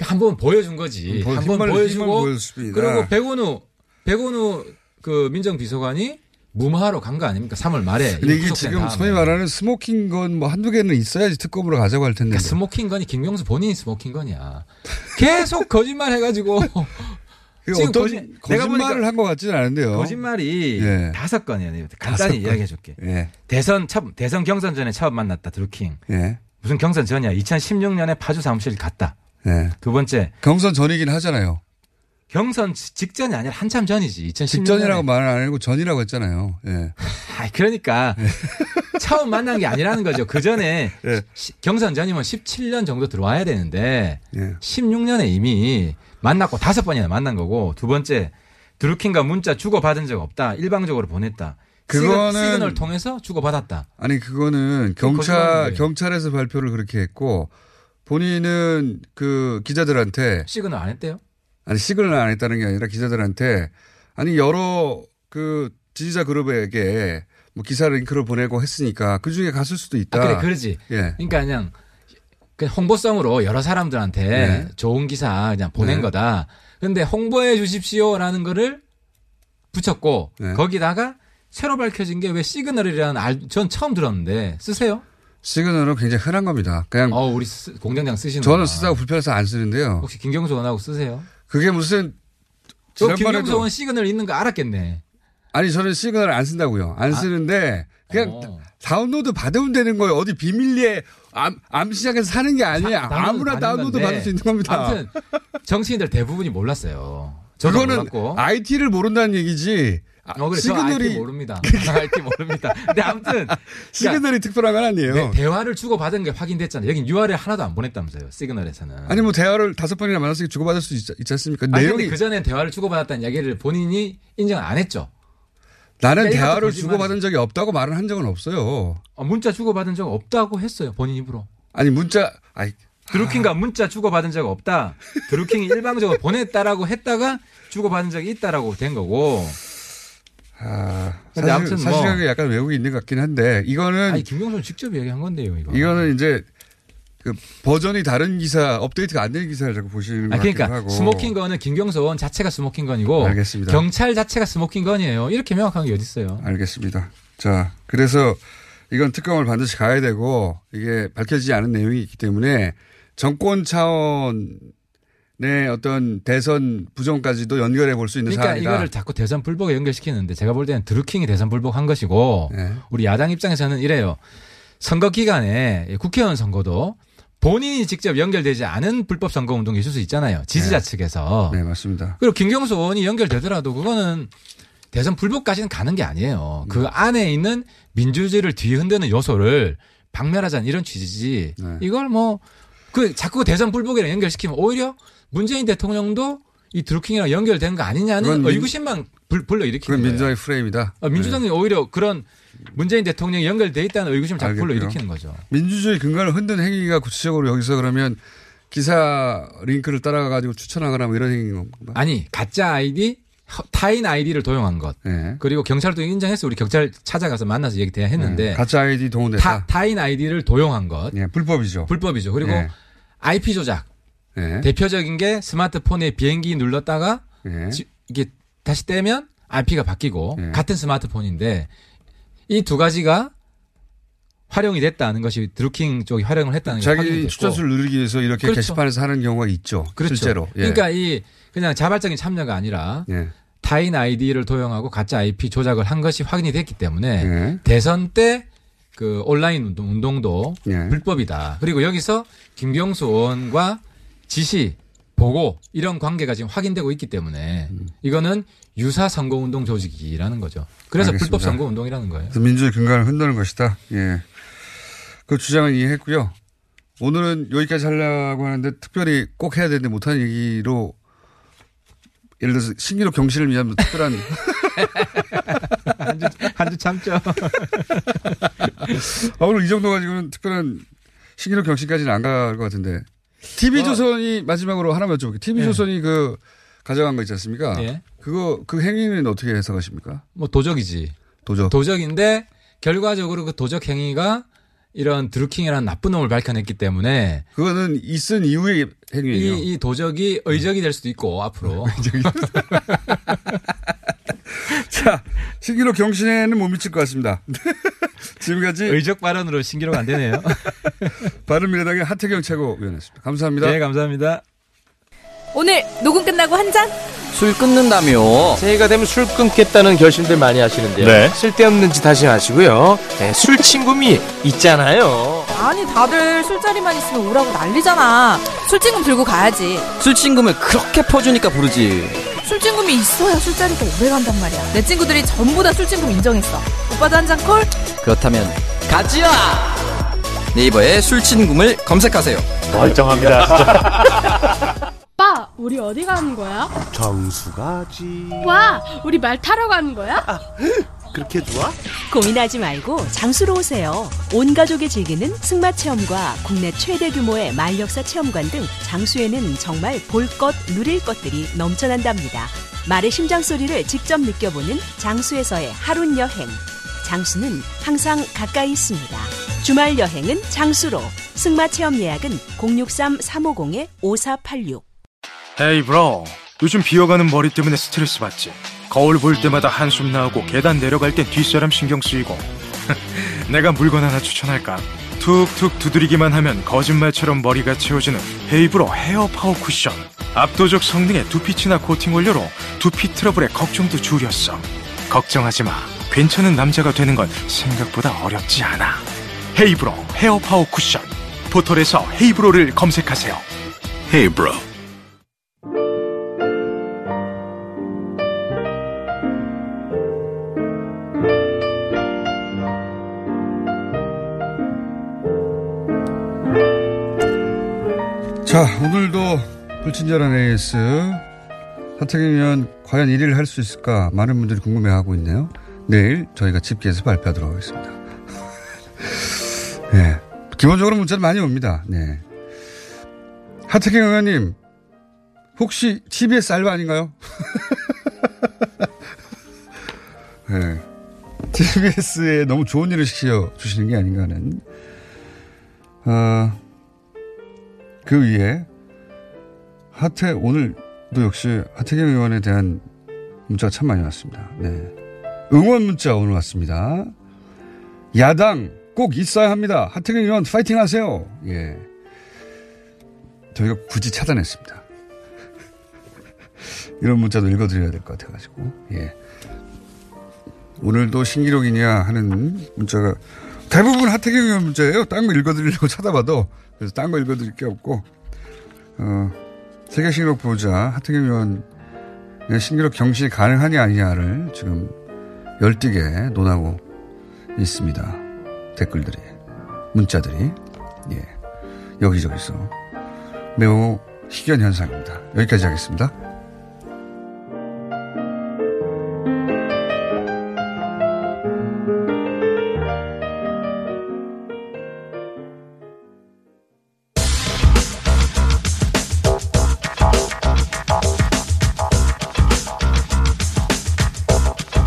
한 번 보여준 거지.
보-
한 번
힘을- 힘을
보여주고
예, 보여줬습니다.
그리고 뭐 백원우 백원우 그 민정비서관이 무마하러 간 거 아닙니까? 3월 말에.
근데 이게
구속된
지금
다음에.
소위 말하는 스모킹 건 뭐 한두 개는 있어야지 특검으로 가자고 할 텐데.
그러니까 스모킹 건이 김경수 본인이 스모킹 건이야. 계속 거짓말 해가지고
어? 그게
지금
어떤
거짓- 내가 보니까
거짓말을 한 것 같지는 않은데요.
거짓말이
예.
다섯 건이에요.
다섯
간단히
건.
이야기해 줄게.
예.
대선 참 대선 경선 전에 처음 만났다 드루킹.
예.
무슨 경선 전이야. 2016년에 파주 사무실 갔다.
예.
두 번째
경선 전이긴 하잖아요.
경선 지- 직전이 아니라 한참 전이지. 2016년에.
직전이라고 말을 안 하고 전이라고 했잖아요. 예.
아, 그러니까 처음 만난 게 아니라는 거죠. 그 전에
예.
시- 경선 전이면 17년 정도 들어와야 되는데
예.
16년에 이미 만났고 다섯 번이나 만난 거고 두 번째 드루킹과 문자 주고 받은 적 없다. 일방적으로 보냈다.
그거는-
시그- 시그널 통해서 주고 받았다.
아니 그거는 경찰
거짓말인데.
경찰에서 발표를 그렇게 했고 본인은 그 기자들한테
시그널 안 했대요?
아니 시그널 안 했다는 게 아니라 기자들한테 아니 여러 그 지지자 그룹에게 뭐 기사 링크를 보내고 했으니까 그 중에 갔을 수도 있다.
아, 그래 그러지.
예.
그러니까 그냥 그냥 홍보성으로 여러 사람들한테
네.
좋은 기사 그냥 보낸
네.
거다. 근데 홍보해 주십시오라는 거를 붙였고
네.
거기다가 새로 밝혀진 게 왜 시그널이라는 알, 전 처음 들었는데 쓰세요?
시그널은 굉장히 흔한 겁니다. 그냥
어 우리 쓰- 공장장 쓰시는
저는 쓰다가 불편해서 안 쓰는데요.
혹시 김경수 원하고 쓰세요?
그게 무슨
저
지난번에도-
김경수 원 시그널 있는 거 알았겠네.
아니 저는 시그널 안 쓴다고요. 안 쓰는데 그냥
아. 어.
다운로드 받으면 되는 거예요. 어디 비밀리에 암, 암시장에서 사는 게 아니에요.
다- 다운로드
아무나
받는
다운로드
건데.
받을 수 있는 겁니다.
아무튼 정치인들 대부분이 몰랐어요. 저도
그거는
몰랐고.
IT를 모른다는 얘기지. 아,
어, 그래. 저
시그널이
IT 모릅니다. IT 모릅니다. 근데 아무튼 그러니까
시그널이 특별한 건 아니에요.
네, 대화를 주고받은 게 확인됐잖아요. 여긴 URL 하나도 안 보냈다면서요. 시그널에서는.
아니 뭐 대화를 다섯 번이나 만났으니 주고받을 수 있, 있지 않습니까? 내용이
그 전에 대화를 주고받았다는 이야기를 본인이 인정 안 했죠.
나는
그러니까
대화를
이것도
주고받은 적이 없다고 말은 한 적은 없어요.
어, 문자 주고받은 적 없다고 했어요. 본인 입으로.
아니 문자 아이
드루킹과 문자 주고받은 적 없다. 드루킹이 일방적으로 보냈다라고 했다가 주고받은 적이 있다라고 된 거고.
아, 사실,
근데 아무튼 뭐-
사실관계 약간 외우고 있는 것 같긴 한데 이거는
아니 김경수 직접 얘기한 건데요. 이거.
이거는 이제 그 버전이 다른 기사 업데이트가 안 된 기사를 자꾸 보시는 것
아,
같기도
그러니까
뭐 하고
스모킹 건은 김경수 원 자체가 스모킹 건이고
알겠습니다.
경찰 자체가 스모킹 건이에요. 이렇게 명확한 게 어디 있어요?
알겠습니다. 자 그래서 이건 특검을 반드시 가야 되고 이게 밝혀지지 않은 내용이 있기 때문에 정권 차원의 어떤 대선 부정까지도 연결해 볼 수 있는
그러니까
사안이다.
이거를 자꾸 대선 불복에 연결시키는데 제가 볼 때는 드루킹이 대선 불복한
네.
것이고 우리 야당 입장에서는 이래요. 선거 기간에 국회의원 선거도 본인이 직접 연결되지 않은 불법 선거 운동이 있을 수 있잖아요. 지지자
네.
측에서.
네, 맞습니다.
그리고 김경수 의원이 연결되더라도 그거는 대선 불복까지는 가는 게 아니에요. 그
음.
안에 있는 민주주의를 뒤흔드는 요소를 박멸하자는 이런 취지지.
네.
이걸 뭐 그 자꾸 대선 불복이랑 연결시키면 오히려 문재인 대통령도 이 드루킹이랑 연결된 거
그건
아니냐는
민-
의구심만 불- 불러일으키는
그건
거예요.
민주당의 프레임이다. 네.
어, 민주당이 오히려 그런 문재인 대통령이 연결돼 있다는 의구심을 자꾸
알겠고요.
불러일으키는 거죠.
네. 민주주의 근간을 흔든 행위가 구체적으로 여기서 그러면 기사 링크를 따라가 가지고 추천하거나 뭐 이런 행위인 건가?
아니 가짜 아이디 허- 타인 아이디를 도용한 것
네.
그리고 경찰도 인정해서 우리 경찰 찾아가서 만나서 얘기 대화했는데
네, 가짜 아이디 동원됐다.
타, 인 아이디를 도용한 것
예, 불법이죠.
불법이죠 그리고
네.
IP 조작
네.
대표적인 게 스마트폰에 비행기 눌렀다가
네.
지- 이게 다시 떼면 IP가 바뀌고 같은 스마트폰인데 이 두 가지가 활용이 됐다는 것이 드루킹 쪽이 활용을 했다는 게 확인이
자기
됐고.
추천수를 누르기 위해서 이렇게
그렇죠.
게시판에서 하는 경우가 있죠.
그렇죠.
실제로. 예.
그러니까 이 그냥 자발적인 참여가 아니라
예.
타인 아이디를 도용하고 가짜 IP 조작을 한 것이 확인이 됐기 때문에
예.
대선 때 그 온라인 운동, 운동도
예.
불법이다. 그리고 여기서 김경수 의원과 지시, 보고 이런 관계가 지금 확인되고 있기 때문에 이거는 유사 선거 운동 조직이라는 거죠. 그래서
알겠습니다.
불법 선거 운동이라는 거예요.
그래서 민주주의 근간을 흔드는 것이다. 예. 그 주장은 이해했고요. 오늘은 여기까지 하려고 하는데 특별히 꼭 해야 되는데 못하는 얘기로 예를 들어서 신기록 경신을 위한 특별한
한주 참죠.
아, 오늘 이 정도 가지고는 특별한 신기록 경신까지는 안 갈 것 같은데
뭐,
TV조선이 마지막으로 하나만 여쭤볼게요. TV조선이 그 가져간 거 있지 않습니까?
예.
그거 그 행위는 어떻게 해석하십니까?
뭐 도적이지.
도적.
도적인데 결과적으로 그 도적 행위가 이런 드루킹이라는 나쁜 놈을 밝혀냈기 때문에
그거는 있은 이후의 행위예요.
이, 이 도적이 의적이 될 수도 있고 앞으로
자, 신기록 경신에는 못 미칠 것 같습니다. 지금까지
의적 발언으로 신기록 안 되네요.
바른미래당의 하태경 최고위원이었습니다. 감사합니다.
네, 감사합니다.
오늘 녹음 끝나고 한 잔?
술 끊는다며 새해가 되면 술 끊겠다는 결심들 많이 하시는데요
네.
쓸데없는 짓 하지 마시고요 네, 술 친구미 있잖아요
아니 다들 술자리만 있으면 오라고 난리잖아. 술친금 들고 가야지.
술 친구면 그렇게 퍼주니까 부르지.
술친금이 있어야 술자리가 오래 간단 말이야. 내 친구들이 전부 다 술친금 인정했어. 오빠도 한 잔 콜?
그렇다면 가지야. 네이버에 술 친구를 검색하세요. 멀쩡합니다.
오빠, 우리 어디 가는 거야?
정수 가지.
와, 우리 말 타러 가는 거야?
그렇게 좋아?
고민하지 말고 장수로 오세요. 온 가족이 즐기는 승마 체험과 국내 최대 규모의 말역사 체험관 등 장수에는 정말 볼 것, 누릴 것들이 넘쳐난답니다. 말의 심장 소리를 직접 느껴보는 장수에서의 하룬 여행. 장수는 항상 가까이 있습니다. 주말 여행은 장수로. 승마 체험 예약은 063-350-5486.
헤이 브로 요즘 비어가는 머리 때문에 스트레스 받지 거울 볼 때마다 한숨 나오고 계단 내려갈 땐 뒷사람 신경 쓰이고 내가 물건 하나 추천할까 툭툭 두드리기만 하면 거짓말처럼 머리가 채워지는 헤이브로 헤어 파워 쿠션 압도적 성능의 두피치나 코팅 원료로 두피 트러블의 걱정도 줄였어 걱정하지 마 괜찮은 남자가 되는 건 생각보다 어렵지 않아 헤이브로 헤어 파워 쿠션 포털에서 헤이브로를 검색하세요 헤이브로
자, 오늘도 불친절한 AS 하태경 의원 과연 1위를 할 수 있을까 많은 분들이 궁금해하고 있네요. 내일 저희가 집계해서 발표하도록 하겠습니다. 네. 기본적으로 문자는 많이 옵니다. 네. 하태경 의원님 혹시 TBS 알바 아닌가요? 네. TBS에 너무 좋은 일을 시켜 주시는 게 아닌가 하는 어, 그 위에 하태 오늘도 역시 하태경 의원에 대한 문자가 참 많이 왔습니다. 네. 응원 문자 오늘 왔습니다. 야당 꼭 있어야 합니다. 하태경 의원 파이팅 하세요. 예. 저희가 굳이 찾아냈습니다. 이런 문자도 읽어드려야 될 것 같아가지고. 예. 오늘도 신기록이냐 하는 문자가 대부분 하태경 문제예요. 딴 거 읽어드리려고 찾아봐도 그래서 딴 거 읽어드릴 게 없고 어, 세계 신기록 보자 하태경 의원의 신기록 경신이 가능하냐 아니냐를 지금 열띠게 논하고 있습니다. 댓글들이 문자들이 예 여기저기서 매우 희귀한 현상입니다. 여기까지 하겠습니다.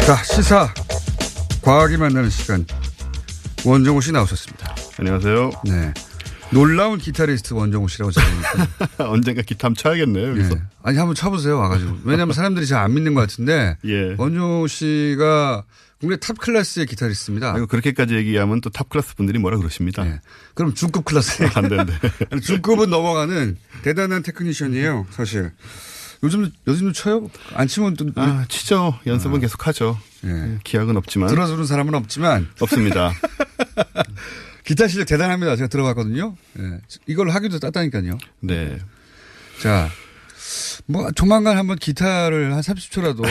자 시사 과학이 만나는 시간 원정우 씨 나오셨습니다.
안녕하세요.
네. 놀라운 기타리스트 원정우 씨라고 제가
언젠가 기타 한번 쳐야겠네요. 여기서.
예. 아니 한번 쳐보세요 와가지고 왜냐하면 사람들이 잘 안 믿는 것 같은데
예.
원정우 씨가 국내 탑 클래스의 기타리스트입니다. 네.
아이고, 그렇게까지 얘기하면 또 탑 클래스 분들이 뭐라 그러십니다.
그럼 중급 클래스
아, 안 되는데.
중급은 넘어가는 대단한 테크니션이에요 사실. 요즘 요즘도 쳐요? 안 치면 또
아, 치죠. 연습은 계속하죠. 음, 기약은 없지만
예. 들어주는 사람은 없지만
없습니다.
기타 실력 대단합니다. 제가 들어봤거든요. 예. 이걸 하기도 땄다니까요.
네.
자, 뭐 조만간 한번 기타를 한 30초라도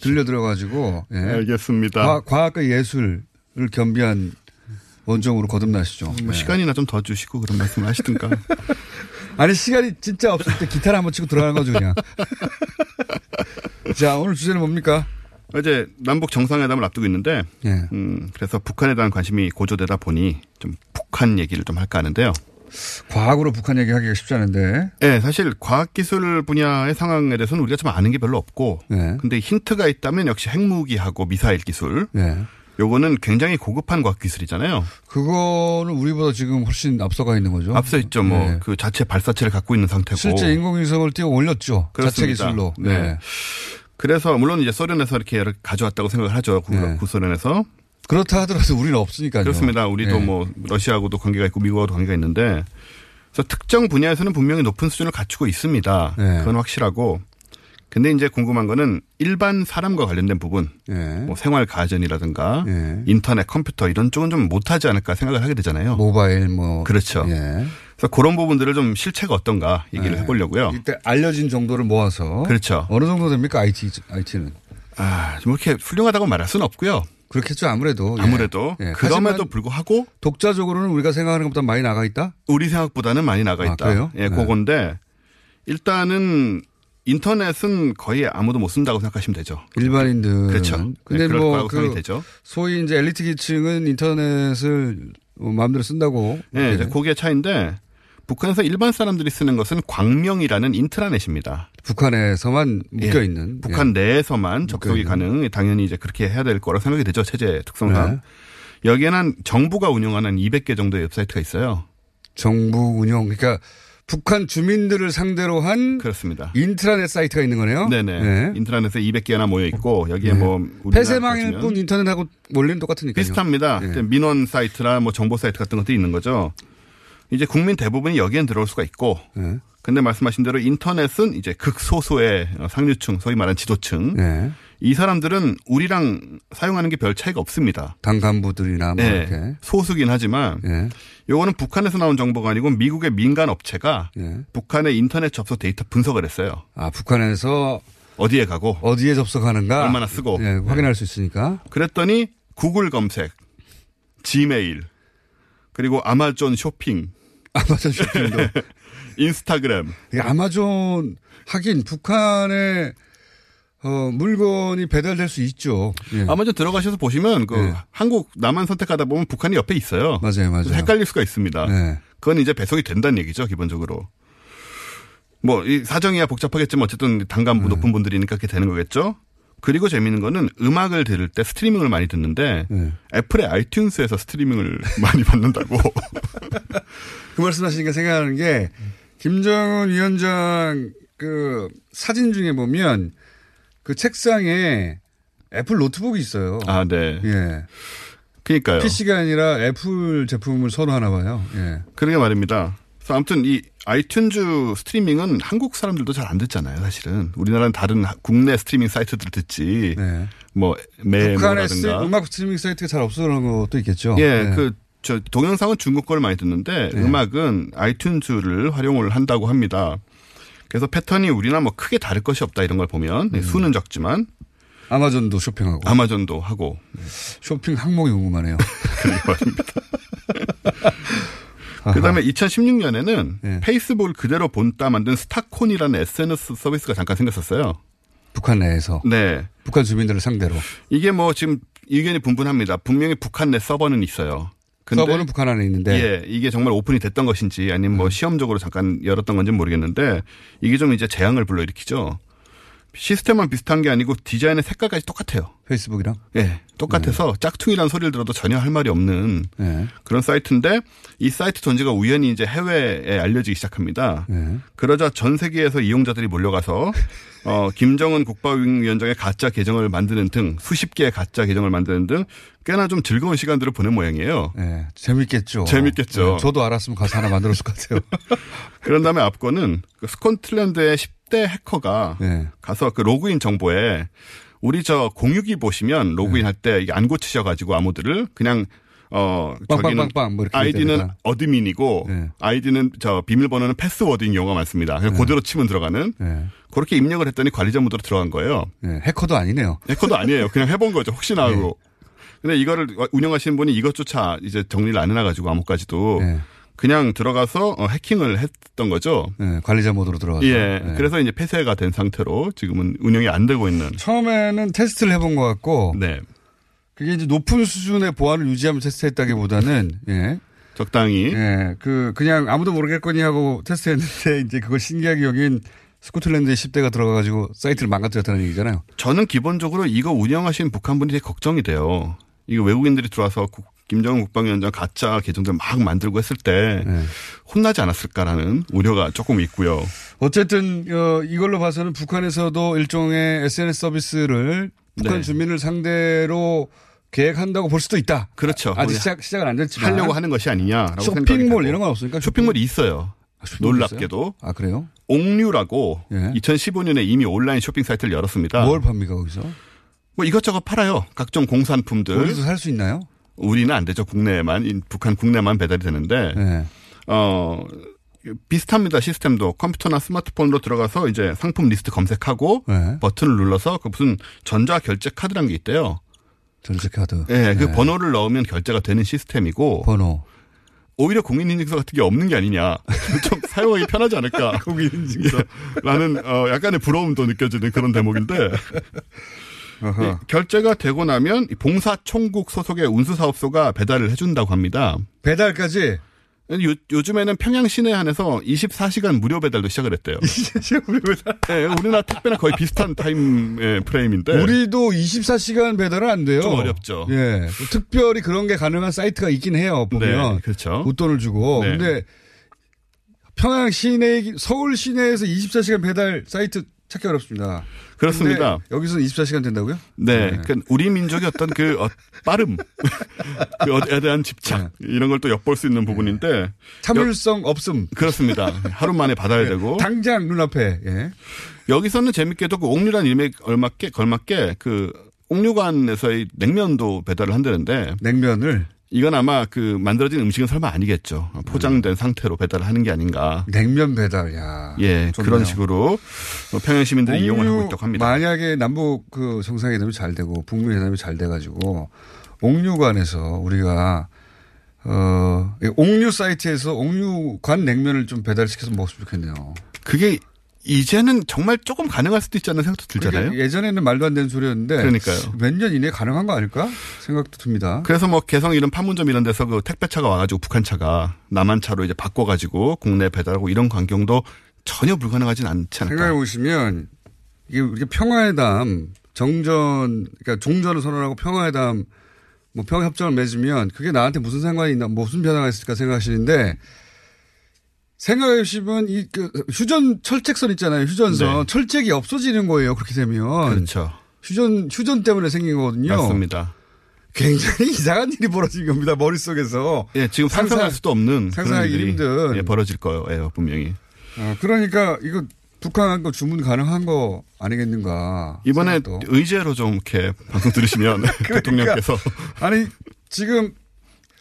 들려 들어가지고 예.
알겠습니다.
과, 과학과 예술을 겸비한 원정으로 거듭나시죠. 예.
뭐 시간이나 좀 더 주시고 그런 말씀을 하시든가.
아니 시간이 진짜 없을 때 기타를 한번 치고 들어가는 거죠 그냥. 자 오늘 주제는 뭡니까?
어제 남북 정상회담을 앞두고 있는데,
예.
음, 그래서 북한에 대한 관심이 고조되다 보니 좀 북한 얘기를 좀 할까 하는데요.
과학으로 북한 얘기하기가 쉽지 않은데.
네, 사실 과학기술 분야의 상황에 대해서는 우리가 좀 아는 게 별로 없고,
예.
근데 힌트가 있다면 역시 핵무기하고 미사일 기술,
예.
요거는 굉장히 고급한 과학 기술이잖아요.
그거는 우리보다 지금 훨씬 앞서가 있는 거죠.
앞서 있죠. 뭐
예.
그 자체 발사체를 갖고 있는 상태고.
실제 인공위성을 띄워 올렸죠. 자체
그렇습니다.
기술로.
네.
예.
그래서 물론 이제 소련에서 이렇게 여러- 가져왔다고 생각을 하죠. 구, 구소련에서.
네. 그렇다 하더라도 우리는 없으니까요.
뭐그 그렇습니다. 우리도
예.
뭐 러시아하고도 관계가 있고 미국하고도 관계가 있는데 그래서 특정 분야에서는 분명히 높은 수준을 갖추고 있습니다.
네.
그건 확실하고. 근데 이제 궁금한 거는 일반 사람과 관련된 부분,
네.
뭐 생활 가전이라든가 인터넷, 컴퓨터 이런 쪽은 좀 못하지 않을까 생각을 하게 되잖아요.
모바일 뭐
그렇죠. 그래서 그런 부분들을 좀 실체가 어떤가 얘기를
예. 네.
해보려고요.
이때 알려진 정도를 모아서
그렇죠.
어느 정도 됩니까 IT IT는?
아, 뭐 이렇게 훌륭하다고 말할 수는 없고요.
그렇겠죠 아무래도. 예.
아무래도
예.
그럼에도
하지만
불구하고
독자적으로는 우리가 생각하는 것보다 많이 나가 있다.
우리 생각보다는 많이 나가
아,
있다.
그래요? 네.
예, 그건데 일단은 인터넷은 거의 아무도 못 쓴다고 생각하시면 되죠.
일반인들.
그렇죠.
근데
네, 그럴
뭐
거라고 생각이
그
되죠.
소위 이제 엘리트 계층은 인터넷을 어, 마음대로 쓴다고.
예, 이제
예.
그게 차인데 북한에서 일반 사람들이 쓰는 것은 광명이라는 인트라넷입니다.
북한에서만
예,
묶여 있는. 그
북한 내에서만 접속이 가능. 당연히 이제 그렇게 해야 될 거라 고 생각이 되죠. 체제 특성상.
네.
여기에는 정부가 운영하는 200개 정도의 웹사이트가 있어요.
정부 운영 그러니까 북한 주민들을 상대로 한
그렇습니다.
인트라넷 사이트가 있는 거네요.
그렇죠. 네네. 인트라넷에 200개나 모여 있고 여기에
네.
뭐
폐쇄망일
우리나라로
뿐
치면
인터넷하고 원리는 똑같으니까요.
비슷합니다.
예.
이제 민원 사이트나 뭐 정보 사이트 같은 것들이 있는 거죠. 이제 국민 대부분이 여기엔 들어올 수가 있고
네.
근데 말씀하신 대로 인터넷은 이제 극소수의 어, 상류층, 소위 말하는 지도층.
네.
이 사람들은 우리랑 사용하는 게 별 차이가 없습니다.
당 간부들이나 뭐
네.
이렇게.
소수긴 하지만
예.
요거는 북한에서 나온 정보가 아니고 미국의 민간 업체가
예.
북한의 인터넷 접속 데이터 분석을 했어요.
아 북한에서
어디에 가고
어디에 접속하는가
얼마나 네. 쓰고.
예, 확인할 수 있으니까.
그랬더니 구글 검색, 지메일, 그리고 아마존 쇼핑,
아마존 쇼핑도
인스타그램.
이게 예, 아마존 하긴 북한에 어, 물건이 배달될 수 있죠. 예.
아마존 들어가셔서 보시면 그
예.
한국 나만 선택하다 보면 북한이 옆에 있어요.
맞아요, 맞아요.
그래서 헷갈릴 수가 있습니다.
예.
그건 이제 배송이 된다는 얘기죠, 기본적으로. 뭐 이 사정이야 복잡하겠지만 어쨌든 당간부 높은 분들이니까 그렇게 되는 거겠죠. 그리고 재미있는 거는 음악을 들을 때 스트리밍을 많이 듣는데 애플의 아이튠스에서 스트리밍을 많이 받는다고.
그 말씀하시니까 생각하는 게 김정은 위원장 그 사진 중에 보면 그 책상에 애플 노트북이 있어요.
아, 네.
예.
그러니까요.
PC가 아니라 애플 제품을 선호하나 봐요. 예.
그러게 말입니다. 그래서 아무튼 이 아이튠즈 스트리밍은 한국 사람들도 잘 안 듣잖아요, 사실은. 우리나라는 다른 하- 국내 스트리밍 사이트들 듣지. 뭐
네. 북한에 쓰,
매모라든가.
음악 스트리밍 사이트가 잘 없어 그런 것도 있겠죠.
예,
네.
그, 저, 동영상은 중국 거를 많이 듣는데 음악은 아이튠즈를 활용을 한다고 합니다. 그래서 패턴이 우리나 뭐 크게 다를 것이 없다 이런 걸 보면 네, 수는 적지만
아마존도 쇼핑하고
아마존도 하고
쇼핑 항목이 궁금하네요.
그다음에 2016년에는 페이스북을 그대로 본따 만든 스타콘이라는 SNS 서비스가 잠깐 생겼었어요.
북한 내에서
네.
북한 주민들을 상대로
이게 뭐 지금 의견이 분분합니다. 분명히 북한 내 서버는 있어요.
서버는 북한 안에 있는데
예, 이게 정말 오픈이 됐던 것인지 아니면 뭐 시험적으로 잠깐 열었던 건지 는 모르겠는데 이게 좀 이제 재앙을 불러일으키죠. 시스템만 비슷한 게 아니고 디자인의 색깔까지 똑같아요.
페이스북이랑
예, 똑같아서 짝퉁이라는 소리를 들어도 전혀 할 말이 없는
예.
그런 사이트인데 이 사이트 존재가 우연히 이제 해외에 알려지기 시작합니다.
예.
그러자 전 세계에서 이용자들이 몰려가서 어, 김정은 국방위원장의 가짜 계정을 만드는 등 수십 개의 가짜 계정을 만드는 등 꽤나 좀 즐거운 시간들을 보낸 모양이에요.
예, 재밌겠죠.
재밌겠죠.
예, 저도 알았으면 가서 하나 만들었을 것 같아요.
그런 다음에 앞거는 그 스코틀랜드의 10대 해커가
예.
가서 그 로그인 정보에 우리 저 공유기 보시면 로그인 할 때 이게 안 고치셔가지고 암호들을 그냥 어 저기는
빵빵빵빵 뭐 이렇게
아이디는
되니까. 예,
어드민이고 아이디는 저 비밀번호는
그
패스워드인 경우가 많습니다. 그냥 그대로 치면 들어가는
예.
그렇게 입력을 했더니 관리자 모드로 들어간 거예요.
예, 해커도 아니네요.
해커도 아니에요. 그냥 해본 거죠. 혹시나 하고. 근데 이거를 운영하시는 분이 이것조차 이제 정리를 안 해놔가지고 암호까지도
네.
그냥 들어가서 어, 해킹을 했던 거죠.
예, 관리자 모드로 들어가서.
예.
예.
그래서 이제 폐쇄가 된 상태로 지금은 운영이 안 되고 있는.
처음에는 테스트를 해본 것 같고.
네.
그게 이제 높은 수준의 보안을 유지하면 테스트했다기보다는 예.
적당히.
예. 그 그냥 아무도 모르겠거니 하고 테스트했는데 이제 그걸 신기하게 여긴 스코틀랜드의 10대가 들어가 가지고 사이트를 망가뜨렸다는 얘기잖아요.
저는 기본적으로 이거 운영하신 북한 분들이 되게 걱정이 돼요. 이거 외국인들이 들어와서 국- 김정은 국방위원장 가짜 계정들 막 만들고 했을 때 혼나지 않았을까라는 우려가 조금 있고요.
어쨌든 어, 이걸로 봐서는 북한에서도 일종의 SNS 서비스를 북한
네.
주민을 상대로 계획한다고 볼 수도 있다.
그렇죠.
아직 시작 시작은 안 됐지만
하려고 하는 것이 아니냐라고 생각이
쇼핑몰
되고.
이런 건 없으니까
쇼핑몰이 있어요.
쇼핑몰이
놀랍게도.
아 그래요? 예.
옥류라고 2015년에 이미 온라인 쇼핑 사이트를 열었습니다.
뭘 팝니까 거기서?
뭐 이것저것 팔아요. 각종 공산품들.
거기서 살 수 있나요?
우리는 안 되죠. 국내에만 이 북한 국내만 배달이 되는데
예.
어 비슷합니다. 시스템도 컴퓨터나 스마트폰으로 들어가서 이제 상품 리스트 검색하고
네.
어? 버튼을 눌러서 그 무슨 전자 결제 카드라는 게 있대요.
전세 카드.
예, 그 번호를 넣으면 결제가 되는 시스템이고
번호.
오히려 공인인증서 같은 게 없는 게 아니냐. 좀 사용하기 편하지 않을까. 예, 공인인증서라는 어, 약간의 부러움도 느껴지는 그런 대목인데.
어허.
이 결제가 되고 나면 이 봉사총국 소속의 운수사업소가 배달을 해준다고 합니다.
배달까지?
요, 요즘에는 평양 시내 한에서 24시간 무료 배달도 시작을 했대요.
24시간 무료 배달?
네, 우리나라 택배랑 거의 비슷한 타임 예, 프레임인데.
우리도 24시간 배달은 안 돼요.
좀 어렵죠.
예. 특별히 그런 게 가능한 사이트가 있긴 해요. 보면.
네, 그렇죠.
웃돈을 주고.
네.
근데 평양 시내, 서울 시내에서 24시간 배달 사이트 찾기 어렵습니다.
그렇습니다.
근데 여기서는 24시간 된다고요?
네. 그러니까 우리 민족의 어떤 그 어, 빠름, 그에 대한 집착 이런 걸 또 엿볼 수 있는 부분인데
참을성 없음 네.
그렇습니다. 하루 만에 받아야 되고
당장 눈앞에 예.
여기서는 재밌게도 그 옥류란 이름에 얼맞게 걸맞게 그 옥류관에서의 냉면도 배달을 한다는데
냉면을
이건 아마 그 만들어진 음식은 설마 아니겠죠. 포장된 상태로 배달을 하는 게 아닌가.
냉면 배달, 야.
예,
좋네요.
그런 식으로 뭐 평양 시민들이 이용을 하고
옥류
있다고 합니다.
만약에 남북 그 정상회담이 잘 되고 북미 회담이 잘 돼가지고 옥류관에서 우리가 어 이 옥류 사이트에서 옥류관 냉면을 좀 배달시켜서 먹었으면 좋겠네요.
그게 이제는 정말 조금 가능할 수도 있지 않나 생각도 들잖아요.
그러니까 예전에는 말도 안 되는 소리였는데
그러니까요.
몇 년 이내에 가능한 거 아닐까 생각도 듭니다.
그래서 뭐 개성 이런 판문점 이런 데서 그 택배차가 와가지고 북한 차가 남한 차로 이제 바꿔가지고 국내 배달하고 이런 광경도 전혀 불가능하진 않지 않을까.
생각해 보시면 이게 우리가 평화회담 정전 그러니까 종전을 선언하고 평화회담 뭐 평화협정을 맺으면 그게 나한테 무슨 상관이 있나 무슨 변화가 있을까 생각하시는데 생각해 보시면 이 그 휴전 철책선 있잖아요 휴전선 철책이 없어지는 거예요 그렇게 되면
네. 그렇죠.
휴전 휴전 때문에 생긴 거거든요
맞습니다.
굉장히 이상한 일이 벌어진 겁니다. 머릿속에서.
예, 지금 상상할 수도 없는
상상하기
그런 일이
힘든.
예, 벌어질 거예요, 분명히.
어, 그러니까 이거 북한 거 주문 가능한 거 아니겠는가.
이번에
생각도.
의제로 좀 이렇게 방송 들으시면 대통령께서
아니 지금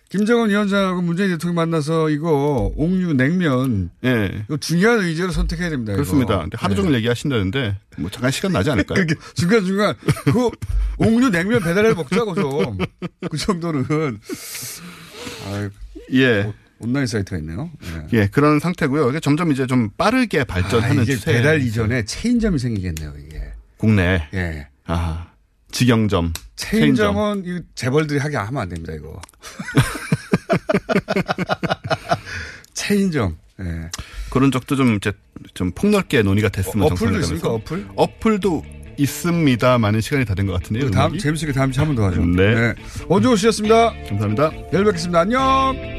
김정은 위원장하고 문재인 대통령 만나서 이거 옥류 냉면 이거 중요한 의제로 선택해야 됩니다. 이거.
예. 그렇습니다. 근데 하루 종일
네.
얘기하신다는데 뭐 잠깐 시간 나지 않을까요?
그게 중간 중간 그 옥류 냉면 배달해 먹자고 좀 그 정도는 아유,
예.
온라인 사이트가 있네요.
예, 그런 상태고요. 이게 점점 이제 좀 빠르게 발전하는
아, 이게
추세.
배달 이전에 체인점이 생기겠네요. 이게
국내.
예.
아, 직영점.
체인점은 이 재벌들이 하게 하면 안 됩니다. 이거 체인점. 예.
그런 적도 좀 이제 좀 폭넓게 논의가 됐으면
어, 어플도
정상회담에서.
있습니까? 어플?
어플도 있습니다. 많은 시간이 다 된 것 같은데요.
그 다음
음악이?
재밌게 다음 주에 한 번 더 하죠.
네.
원주호 씨였습니다.
감사합니다.
내일 뵙겠습니다. 안녕.